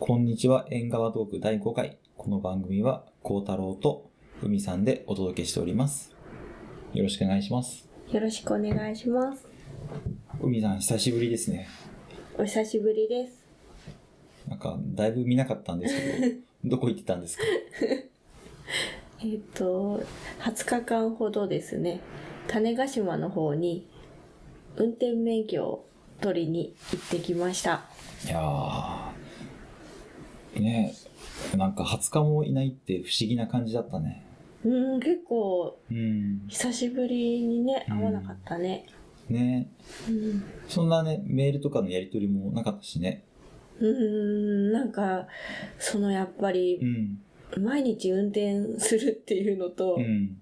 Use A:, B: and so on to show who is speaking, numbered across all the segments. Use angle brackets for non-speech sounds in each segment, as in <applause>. A: こんにちは、縁側トーク第5回。この番組は、孝太郎と海さんでお届けしております。よろしくお願いします。
B: よろしくお願いします。
A: 海さん、久しぶりですね。
B: お久しぶりです。
A: なんか、だいぶ見なかったんですけど、どこ行ってたんですか
B: えっ、と、20日間ほどですね、種子島の方に運転免許を取りに行ってきました。
A: いやー、ねなんか20日もいないって不思議な感じだったね。
B: うーん、結構
A: うん。
B: 久しぶりにね、会わなかったね。
A: ね
B: うん、
A: そんなね、メールとかのやりとりもなかったしね。
B: うーんなんか、そのやっぱ
A: う
B: り、
A: ん。
B: 毎日運転するっていうのと、
A: うん。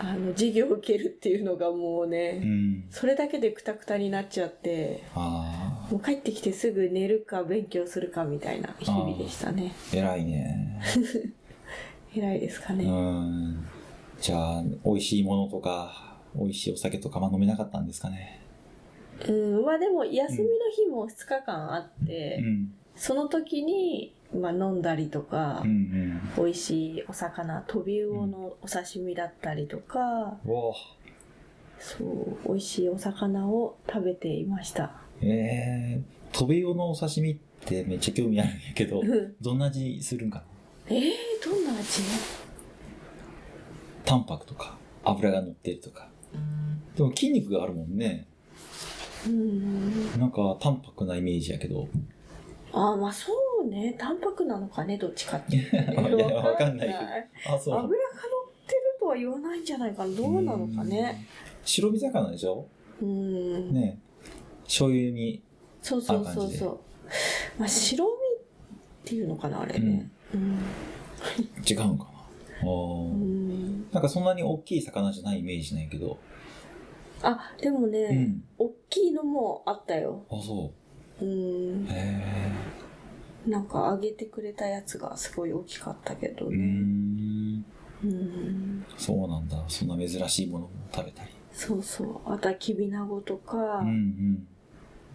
B: あの、授業を受けるっていうのがもう
A: う
B: ね、
A: ん。
B: それだけでくたくたになっちゃって、
A: あ
B: もう帰ってきてすぐ寝るか勉強するかみたいな日々でしたね。
A: ー、偉いね。
B: 偉いですか
A: う
B: ね。
A: ん。じゃあ、美味しいものとか、美味しいお酒とか、まあ飲めなかったんですかね。
B: うん、まあでも休みの日も2日間あって、
A: うん。
B: その時に、まあ、飲んだりとか、
A: うん
B: 美味しいお魚、トビウオのお刺身だったりとか、
A: うん。おー
B: そう、美味しいお魚を食べていました。
A: えー、トビウオのお刺身ってめっちゃ興味あるんやけど
B: <laughs> う、ん
A: どんな味するんかな
B: えー、どんな味
A: 淡白とか、脂が乗ってるとか。でも筋肉があるもんね。
B: うん。
A: なんか淡白なイメージやけど。
B: あー、まあそうね。タンパクなのかね、どっちかっていうと
A: <laughs>
B: ね
A: いやわかんないけどあ、
B: 油
A: そ
B: が乗っ
A: う。
B: てるとは言わないんじゃないかなどうなのかね
A: うん。白身魚でしょ
B: うん
A: ね醤油に。
B: そうそう
A: ある
B: そ
A: 感
B: う
A: じで
B: そうまあ白身っていうのかなあれねうん、
A: 違うのかなあー
B: うん
A: なんかそんなに大きい魚じゃないイメージなんやけど。
B: あでもね、
A: うん。
B: 大きいのもあったよ
A: あ、そ
B: う
A: う。
B: ん
A: へ
B: なんか揚げてくれたやつがすごい大きかったけど
A: え。うー
B: ね
A: ん。
B: うん、
A: そうなんだ。そんな珍しいものも食べたり。
B: そうそうあとはきびなごとか、
A: うんうん。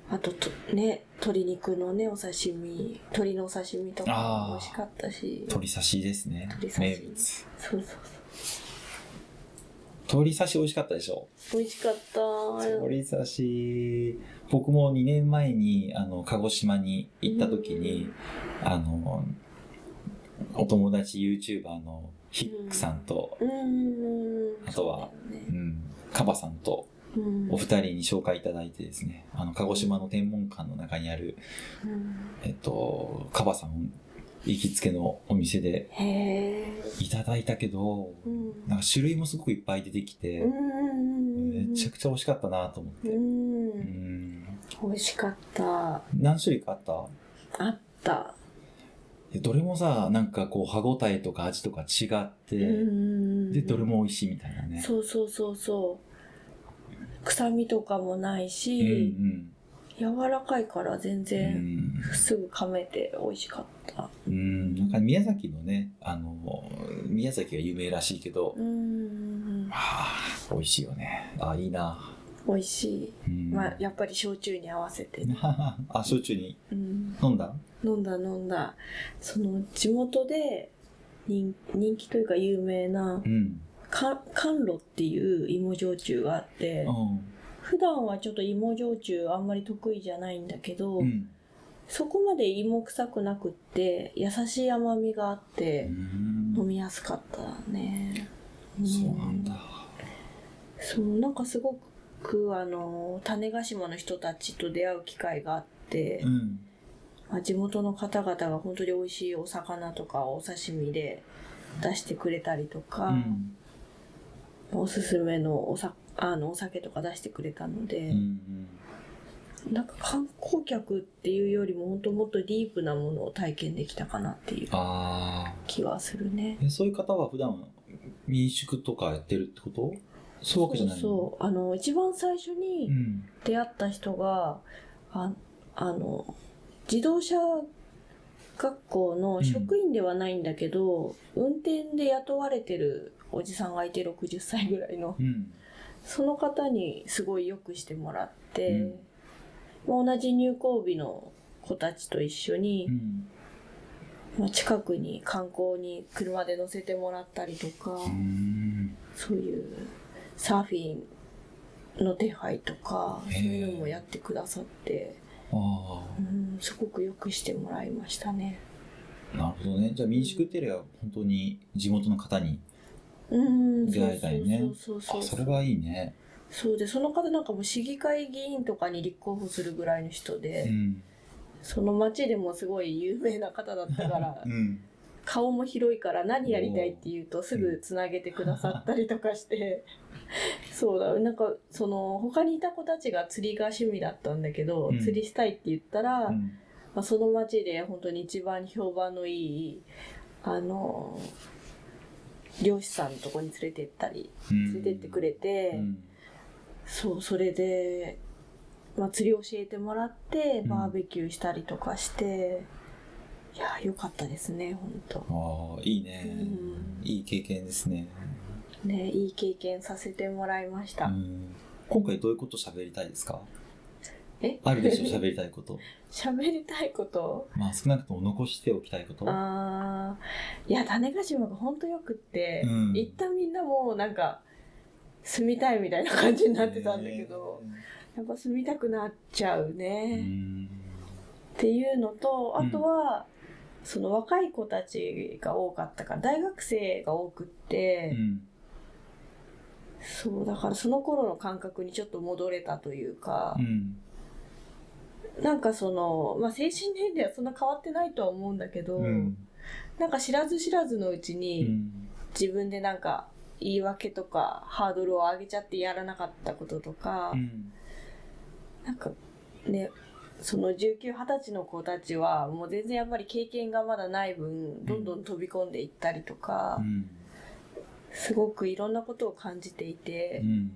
B: あととね鶏肉のねお刺身鶏のお刺身とか
A: あー
B: も美味しかったし
A: 鳥刺しですね
B: 鳥。刺
A: 名
B: し
A: 物。
B: そうそうそう
A: 鳥刺し美味しかったでしょ
B: 美味しかった
A: 鳥刺し。僕も2年前に、あの、鹿児島に行った時に、あの、お友達 YouTuber のヒックさんと、
B: うーん
A: あとは
B: そうだよ
A: う
B: ね
A: ん、カバさんと
B: うん
A: お二人に紹介いただいてですね、あの、鹿児島の天文館の中にある、
B: うん
A: えっと、カバさん行きつけのお店で
B: へえ
A: いただいたけど、
B: うん
A: なんか種類もすごくいっぱい出てきて、めちゃ
B: ち
A: くちゃ美味しかったなと思っ
B: ゃう
A: て。うんん。
B: 美味しかった
A: 何種類かあった
B: あった
A: でどれもさ、なんかこう歯ごたえとか味とか違って、で、
B: で
A: どれも美味しいみたいなね。
B: そうそうそうそう臭みとかもない
A: うん
B: し柔らかいから全
A: うん。う
B: 然
A: ん
B: すぐ噛めて美味しかった
A: うん、なんか宮崎のね、あの、宮崎が有名らしいけど、
B: うん
A: ああ、美味しいよね。ああ、いいな。
B: 美味し
A: うん
B: いまあやっぱり焼酎に合わせてね
A: <laughs> あ、焼酎に
B: うん
A: 飲んだ
B: 飲んだ飲んだその地元で人人気というか有名な
A: うん。
B: か甘露っていう芋焼酎があって
A: うん。
B: 普段はちょっと芋焼酎あんまり得意じゃないんだけど、
A: うん。
B: そこまで芋臭くなくって優しい甘みがあっ
A: う
B: て
A: ん
B: 飲みやすかったね、うん
A: そうなんだ。
B: そうなんかすごくあの種子島の人たちと出会う機会があって、
A: うん。
B: まあ、地元の方々が本当に美味しいお魚とかお刺身で出してくれたりとか、
A: うん。
B: おすすめのおさあのお酒とか出してくれたの
A: う
B: で、
A: ん。
B: なんか観光客っていうよりも本当もっとディープなものを体験できたかなっていう
A: ああ。
B: 気はするね。
A: えそういう方は普段民宿とかやってるってことそういうわけじゃないの
B: そうあの一番最初
A: う
B: に
A: ん。
B: 出会った人が、ああの自動車学校の職員ではないんだけど、運転で雇われてるおじさんがいて60歳ぐらいの
A: うん。
B: その方にすごいよくしてもらって、
A: うん
B: まあ同じ入校日の子たちと一緒に
A: う、ん
B: まあ、近くに観光に車で乗せてもらったりとか、
A: うん
B: そういうサーフィンの手配とか
A: へ
B: そ
A: え
B: ういうのもやってくださって、
A: あ
B: うん、すごくよくしてもらいましたね。
A: あなるほどねじゃあ民宿っていうよりは本当に地元の方に
B: うん、
A: 出会えたりね
B: そうそ
A: あ
B: う
A: そ
B: そう
A: れはいいね
B: そうでその方なんかもう市議会議員とかに立候補するぐらいの人で、
A: うん
B: その町でもすごい有名な方だったから
A: うん
B: <laughs> 顔も広いから何やりたいって言うとすぐつなげてくださったりとかして <laughs> そうだなんかその他にいた子たちが釣りが趣味だったんだけど、
A: うん
B: 釣りしたいって言ったら、
A: うん
B: まあ、その町で本当に一番評判のいいあの漁師さんのとこに連れて行ったり連れてってくれて。
A: うん
B: そうそれで、まあ、釣り教えてもらって
A: うん
B: バーベキューしたりとかして、いやよかったですね本当
A: ああいいね、
B: うん
A: いい経験ですね、
B: ねいい経験させてもらいまし
A: う
B: た、
A: ん、今回どういうこと喋りたいですか
B: え
A: あるでしょ喋りたいこと
B: <laughs> 喋りたいこと
A: まあ少なくとも残しておきたいこと
B: あーいや種子島が本当よくって、
A: うん
B: 行ったみんなもうなんか住みたいみたいな感じになってたんだけど、やっぱ住みたくなっちゃう
A: え
B: ね、
A: ーうん
B: っていうのと
A: う
B: あ
A: ん
B: とは、その若い子たちが多かったから大学生が多くって、
A: うん
B: そうだからその頃の感覚にちょっと戻れたというか
A: う、ん
B: なんかその、まあ、精神年齢はそんな変わってないとは思うんだけど、
A: うん
B: なんか知らず知らずのうち
A: う
B: に
A: ん
B: 自分でなんか言い訳とかハードルを上げちゃってやらなかったこととか、
A: うん
B: なんかねその1920歳の子たちはもう全然やっぱり経験がまだない分どんどん飛び込んでいったりとか、すごくいろんなことを感じていて
A: う、ん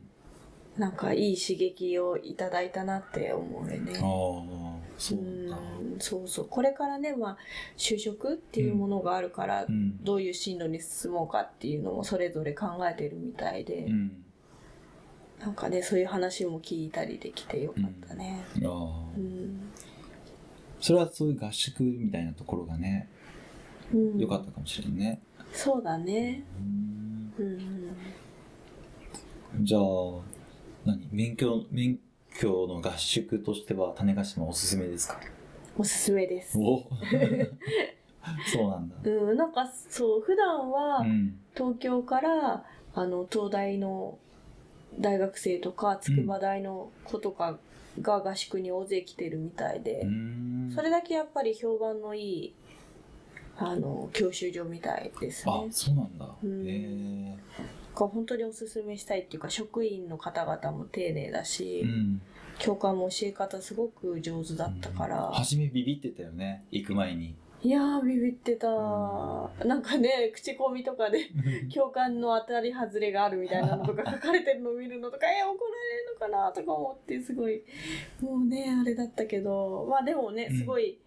B: なんかいい刺激をいただいたなって思うね。
A: ああそうなんだ
B: うんそうそうこれからね、まあ、就職っていうものがあるから、
A: うん
B: どういう進路に進もうかっていうのもそれぞれ考えてるみたいで、
A: うん
B: なんかねそういう話も聞いたりできてよかったね。
A: ああ
B: うん
A: それはそういう合宿みたいなところがね
B: うん
A: 良かったかもしれんね
B: そうだね。
A: うん
B: うんうん
A: じゃあ何免許免許の合宿としては種子島おすすめ
B: <laughs>
A: ですか
B: おすすめです。
A: お <laughs> そうなんだ
B: うん、なんかそう普段は
A: うん
B: 東京からあの東大の大学生とか筑波大の子とかが合宿に大勢来てるみたいで、
A: うん
B: それだけやっぱり評判のいいあの教習所みたいです
A: あ
B: ね。
A: そうなんだへ
B: うん
A: え
B: が本当におすすめしたいっていうか職員の方々も丁寧だし、
A: うん
B: 教官も教え方すごく上手だったから、
A: 初めビビってたよね行く前に
B: いやービビってた、
A: う
B: なんかね口コミとかで教官の当たり外れがあるみたいなのとか書かれてるのを見るのとかえ怒られるのかなとか思ってすごいもうねあれだったけどまあでもね
A: うん
B: すごい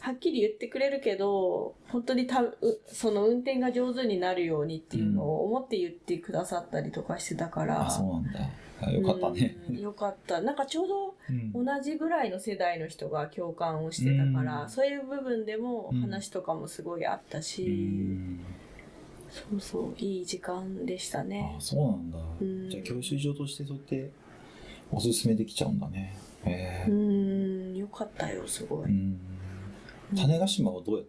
B: はっきり言ってくれるけど本当にたうその運転が上手になるようにっていうのを思って言ってくださったりとかしてたから。
A: あそうなんだあよかったね
B: うんよかったなんかちょうど
A: うん
B: 同じぐらいの世代の人が共感をしてたから、
A: うん
B: そういう部分でも
A: うん
B: 話とかもすごいあったし、
A: うん
B: そうそういい時間でしたね
A: あ。そうなんだ
B: うん
A: じゃあ教習所としてそうやっておすすめできちゃうんだねへ
B: う
A: え
B: ーん、よかったよ、すご
A: う
B: い。
A: ん種子島はどうやっ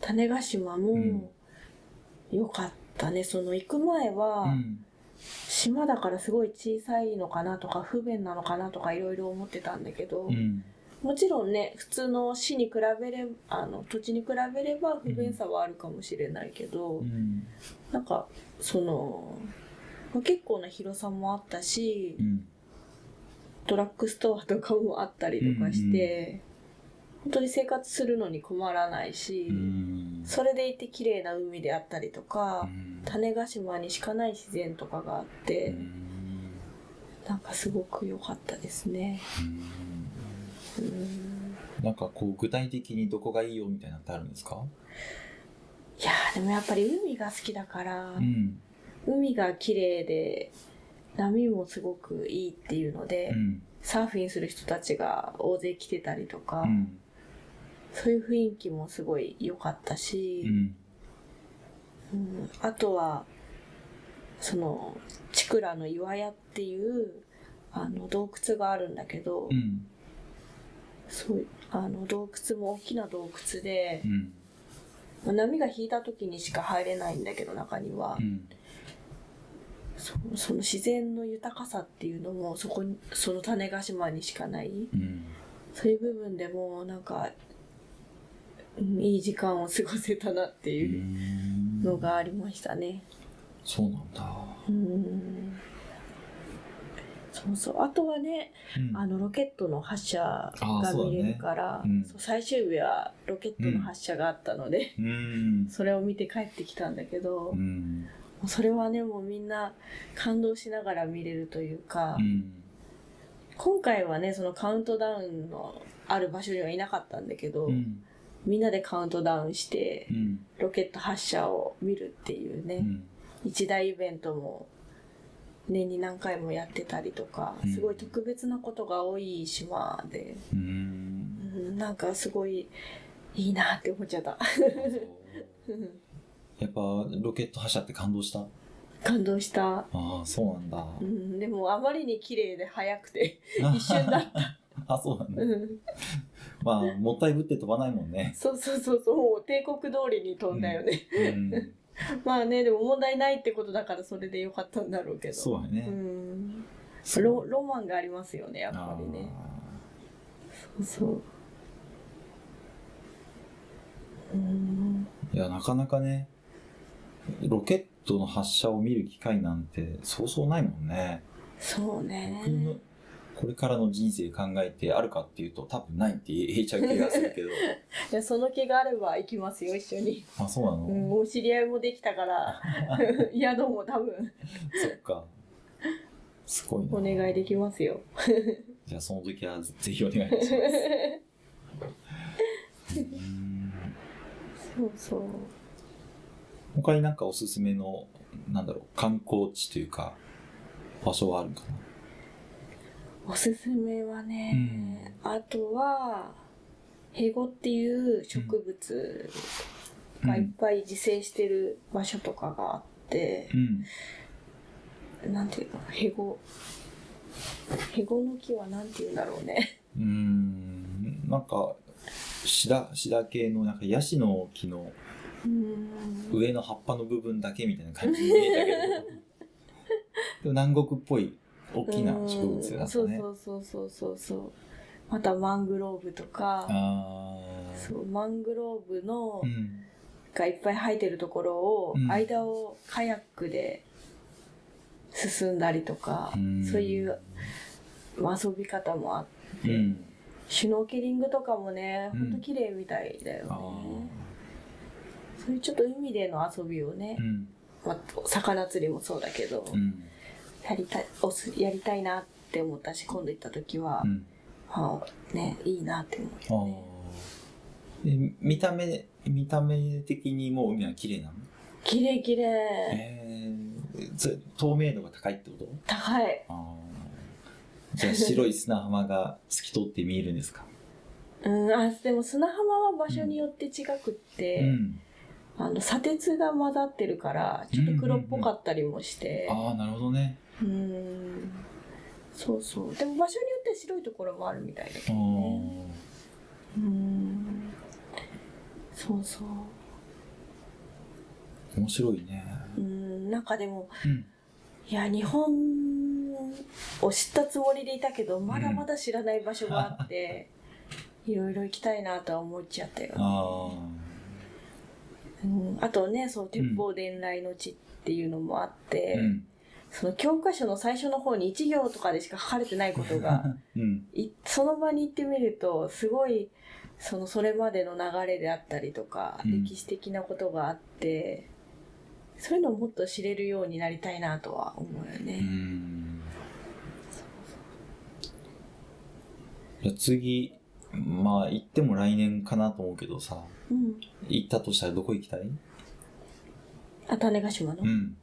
A: た
B: 種子島
A: うん
B: もよかったね。その行く前は、
A: うん
B: 島だからすごい小さいのかなとか、不便なのかなとかいろいろ思ってたんだけど、
A: うん
B: もちろんね、普通の市に比べれば、あの、土地に比べれば不便さはあるかもしれないけど、
A: うん
B: なんか、その、まあ結構な広さもあったし、
A: うん
B: ドラッグストアとかもあったりとかして、本当に生活するのに困らないし、
A: うん
B: それでいて綺麗な海であったりと
A: う
B: か、
A: ん
B: 種子島にしかない自然とかがあって、
A: うん
B: なんかすごく良かったですね。
A: うん
B: うん
A: なんかこう具体的にどこがいいよみたいなのってあるんですか？
B: いやーでもやっぱり海が好きだから、
A: うん
B: 海が綺麗で波もすごくいいっていうので、
A: うん
B: サーフィンする人たちが大勢来てたりとか、
A: うん
B: そういう雰囲気もすごい良かった
A: う
B: し、
A: ん
B: うんあとはそのチクラの岩屋っていうあの洞窟があるんだけど、
A: うん
B: そうあの洞窟も大きな洞窟で
A: う、ん
B: まあ波が引いた時にしか入れないんだけど中には、
A: うん
B: そその自然の豊かさっていうのもそこにその種子島にしかない
A: うん
B: そういう部分でもなんかうんいい時間を過ごせたなって
A: う
B: いうんのがありましたね。
A: そうなんだ、
B: うんそうそうあとはね
A: うん
B: あのロケットの発射
A: あー
B: が
A: そうだね
B: 見れるから、
A: うん
B: そう最終日はロケットの発射があったので、
A: うん
B: それを見て帰ってきたんだけど、
A: う
B: も
A: ん
B: うそれはねもうみんな感動しながら見れるというか、
A: うん
B: 今回はねそのカウントダウンのある場所にはいなかったんだけど、
A: うん
B: みんなでカウントダウンして
A: うん
B: ロケット発射を見るっていうね、
A: うん
B: 一大イベントも年に何回もやってたりとか、
A: うん
B: すごい特別なことが多い島で、
A: うん
B: うんなんかすごいいいなって思っちゃった <laughs> うん
A: やっぱロケット発射って感動した
B: 感動した、
A: ああそうなんだ
B: うん、でもあまりに綺麗で早くて
A: <laughs> 一
B: 瞬だっ
A: あそうなんだ、
B: うん
A: まあもったいぶって飛ばないもんね
B: そうそうそうそうもう帝国通りに飛んだよね、
A: うん
B: <laughs> まあねでも問題ないってことだからそれでよかったんだろうけど
A: そうだね、
B: ん
A: そう
B: ロロマンがありますよねやっ
A: あ
B: ぱりね
A: ー
B: そうそううん
A: いやなかなかねロケットの発射を見る機会なんてそうそうないもんね、
B: そうね
A: 僕のこれからの人生考えてあるかっていうと多分ない <laughs> って言えちゃう気がす
B: <laughs>
A: るけど
B: いやその気があれば行きますよ一緒に、
A: あそうなの、
B: うん、もう知り合いもできたから
A: <laughs>
B: 宿も多分
A: そっかすごいな
B: お願いできますよ
A: じゃあその時はぜひお願いしますうん
B: そうそう
A: 他になんかおすすめのなんだろう観光地というか場所はあるかな
B: おすすめはね、あとはヘゴっていう植物がいっぱい自生してる場所とかがあって、
A: うん
B: なんていうのヘゴヘゴの木はなんていうんだろうね
A: うーんなんかシダシダ系のなんかヤシの木の
B: うん
A: 上の葉っぱの部分だけみたいな感じに見えたけどでも南国っぽい大きな植物だったね
B: うんそうそうそうそうそうまたマングローブとか
A: あ
B: そ
A: ー
B: うマングローブの
A: うん
B: がいっぱい生えてるところを、
A: うん
B: 間をカヤックで進んだりとか、
A: ん
B: そういうまあ遊び方もあって
A: うん
B: シュノーケリングとかもね、
A: うん
B: ほんと綺麗みたいだよ
A: あ
B: ねそういうちょっと海での遊びをね
A: ーう、ん
B: まあ、魚釣りもそうだけど、
A: うん
B: やりたいおすやりたいなって思ったし今度行った時は、
A: うん
B: はあねいいなって思
A: あ
B: う、ね、
A: ーで見た目見た目的にもう海は綺麗なの
B: 綺麗綺麗
A: えー、それ透明度が高いってこと
B: 高い
A: あーじゃあ白い砂浜が透き通って見えるんですか、
B: うんあでも砂浜は場所によって違くって、
A: うん、
B: あの砂鉄が混ざってるからちょっと黒っぽかったりもして
A: ああなるほどね
B: うん,、そうそうでも場所によって白いところもあるみたいだけ
A: あ
B: どね
A: ー
B: うんそうそう
A: 面白いね、
B: うんなんかでも
A: うん、
B: いや日本を知ったつもりでいたけどまだまだ知らない場所があって、
A: <laughs>
B: いろいろ行きたいなとは思っちゃったよ、
A: あ
B: うんあとねその鉄砲伝来の地っていうのもあって
A: あ、うん
B: その教科書の最初の方に1行とかでしか書かれてないこ
A: <laughs>
B: とが
A: うん
B: いその場に行ってみるとすごいそのそれまでの流れであったりとか、
A: うん
B: 歴史的なことがあってそういうのをもっと知れるようになりたいなとは思うよね。
A: うんじゃあ次まあ行っても来年かなと思うけどさ
B: うん
A: 行ったとしたらどこ行きたい
B: あ種子島の、
A: うん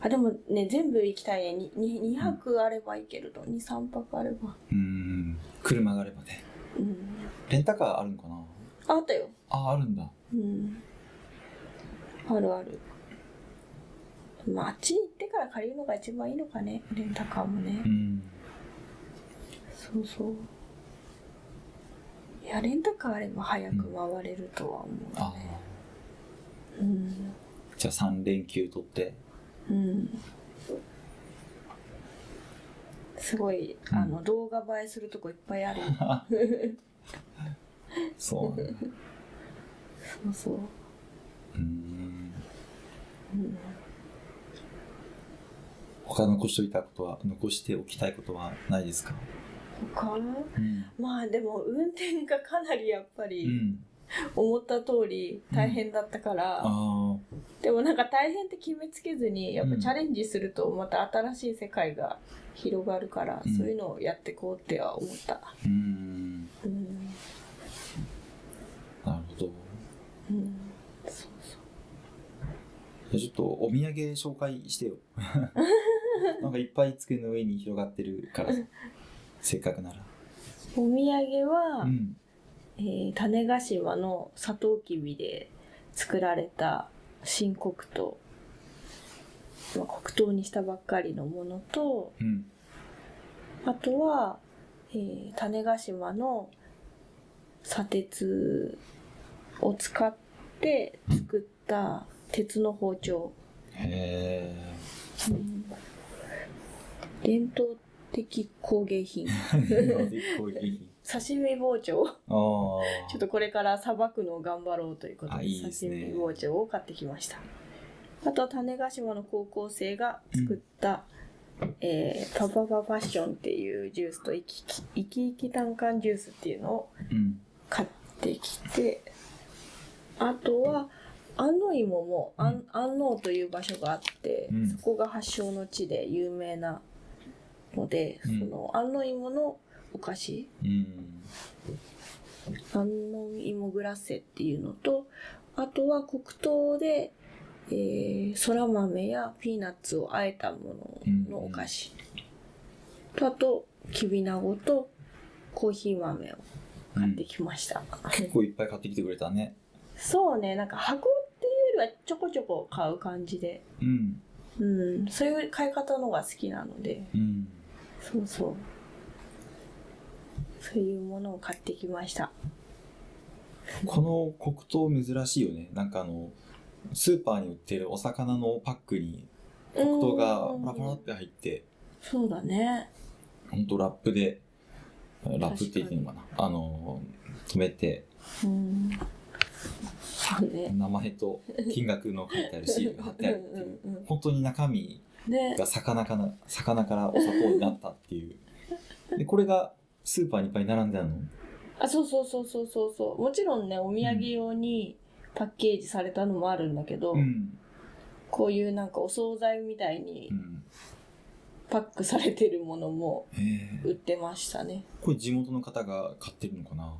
B: あでもね全部行きたいね 2, 2泊あれば行けると23泊あれば
A: うん車があればね
B: うん
A: レンタカーあるのかな
B: ああったよ。
A: ああるんだ
B: うん。あるある。まあ、あっちに行ってから借りるのが一番いいのかね、レンタカーもね。
A: うん
B: そうそう。いや、レンタカーあれば早く回れるとは思う。
A: ああ
B: うん。
A: じゃあ3連休取って
B: うん。すごい、あの、動画映えするとこいっぱいある。
A: そうなんだ
B: そうそう。
A: うん
B: うん
A: 他残しておいたことは残しておきたいことはないですか
B: 他
A: うん、
B: まあでも運転がかなりやっぱ
A: う
B: り
A: ん、
B: 思った通り大変だったから、
A: あ
B: でもなんか大変って決めつけずにやっぱ
A: うん
B: チャレンジするとまた新しい世界が広がるから、
A: うん
B: そういうのをやってこうっては思った、
A: あうん
B: うん
A: なるほ
B: うん、そうそ
A: どちょっとお土産紹介
B: <laughs>
A: してよなんかいっぱい机の上に広がってるから
B: <laughs>
A: せっかくなら
B: うお土産は、
A: うん
B: えー種子島のサトウキビで作られた新黒糖、まあ、黒糖にしたばっかりのものと
A: うん
B: あとは、えー種子島の砂鉄を使って作った鉄の包丁、
A: へえ
B: 伝統的工芸品 <laughs> 刺身包丁を
A: ああ
B: ちょっとこれからさばくのを頑張ろうということ
A: あ
B: で
A: いいですね
B: 刺身包丁を買ってきましたあとは種子島の高校生が作った、えーパパパパッションっていうジュースと生き生き生き単管ジュースっていうのを
A: うん
B: 買ってきてあとは安納芋も
A: うん
B: 安安納という場所があって、
A: うん
B: そこが発祥の地で有名なので、
A: うん
B: その安納芋のお菓子
A: うん
B: 安納芋グラッセっていうのとあとは黒糖で、えー、そら豆やピーナッツをあえたもののお菓子、とあときびなごとコーヒー豆を買ってきました。
A: 結構いっぱい買ってきてくれたね
B: そうね、なんか箱っていうよりはちょこちょこ買う感じで、
A: うん
B: うん、そういう買い方のが好きなので、
A: うん
B: そうそう。そういうものを買ってきました。
A: この黒糖珍しいよねなんかあのスーパーに売ってるお魚のパックに黒糖が
B: うん
A: パラパラって入って
B: そうだね。
A: ほんとラップでラップって言っていいのかなあの止めて
B: うん。そうね。
A: 名前と金額の書いてあるシールが貼ってあるって
B: う
A: い
B: ん
A: う
B: うんうん
A: 本当に中身
B: ね
A: が魚から魚からお砂糖になったっていうでこれがスーパーにいっぱい並んであるの
B: あ、そうそうそうそうそうそう。もちろんね、お土産用にパッケージされたのもあるんだけど、
A: うん、
B: こういうなんかお惣菜みたいに
A: うん、
B: パックされてるものも
A: へ
B: 売っ
A: え
B: てましたね。
A: これ地元の方が買ってるのかな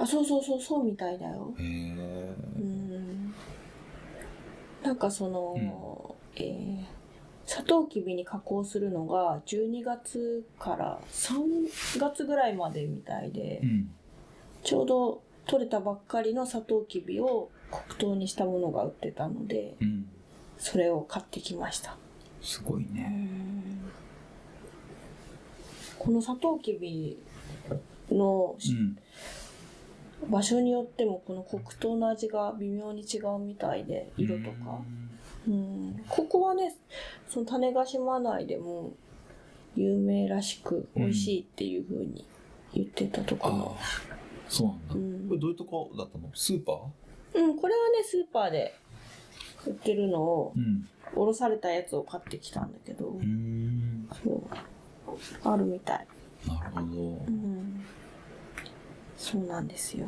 B: あ、そうそうそう、そうみたいだよ。
A: へえ
B: うん。なんかその、えーサトウキビに加工するのが12月から3月ぐらいまでみたいで、
A: うん
B: ちょうど取れたばっかりのサトウキビを黒糖にしたものが売ってたので、
A: うん
B: それを買ってきました。
A: すごいね
B: このサトウキビの
A: うん
B: 場所によってもこの黒糖の味が微妙に違うみたいで色とか、うん、ここはねその種子島内でも有名らしく
A: うん
B: 美味しいっていう風に言ってたと
A: あ
B: こ
A: あ
B: ろ、
A: そうなんだ、
B: うん
A: これどういうとこだったのスーパー
B: うんこれはねスーパーで売ってるのを
A: うん
B: おろされたやつを買ってきたんだけど
A: うーん
B: そうあるみたい、
A: なるほど
B: うん、そうなんですよ、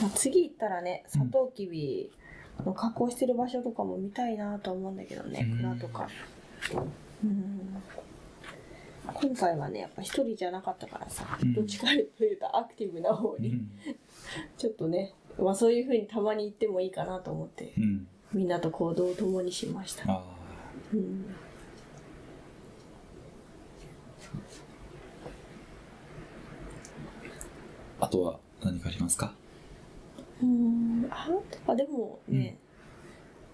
B: まあ、次行ったらねサトウキビの加工してる場所とかも見たいなとは思うんだけどね
A: うん
B: 蔵とか、うん、今回はねやっぱ一人じゃなかったからさ、
A: うん
B: どっちかというとアクティブな方
A: う
B: に、
A: ん
B: ちょっとね、まあ、そういう風にたまに行ってもいいかなと思って
A: うん
B: みんなと行動を共にしました、
A: あ
B: うん
A: ああとは何かありますか
B: うんああでもね、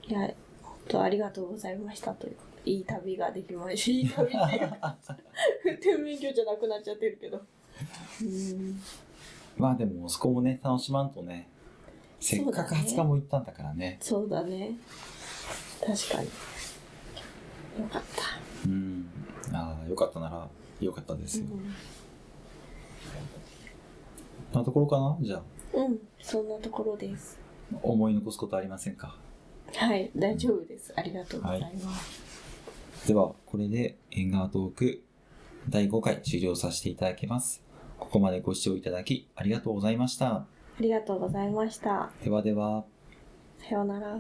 B: いや本当ありがとうございましたというかいい旅ができましたいい旅っていうか運転免許じゃなくなっちゃってるけどうん
A: まあでもそこもね楽しまんとねせっかく20日も行ったんだからね
B: そうだね確かによかった
A: うんああよかったならよかったですよ、なところかなじゃあ
B: うん、うん、そんなところです
A: 思い残すことありませんか
B: はい大丈夫ですありがとうございます、
A: ではこれで縁側トーク第5回終了させていただきますここまでご視聴いただきありがとうございました
B: ありがとうございました
A: ではでは
B: さようなら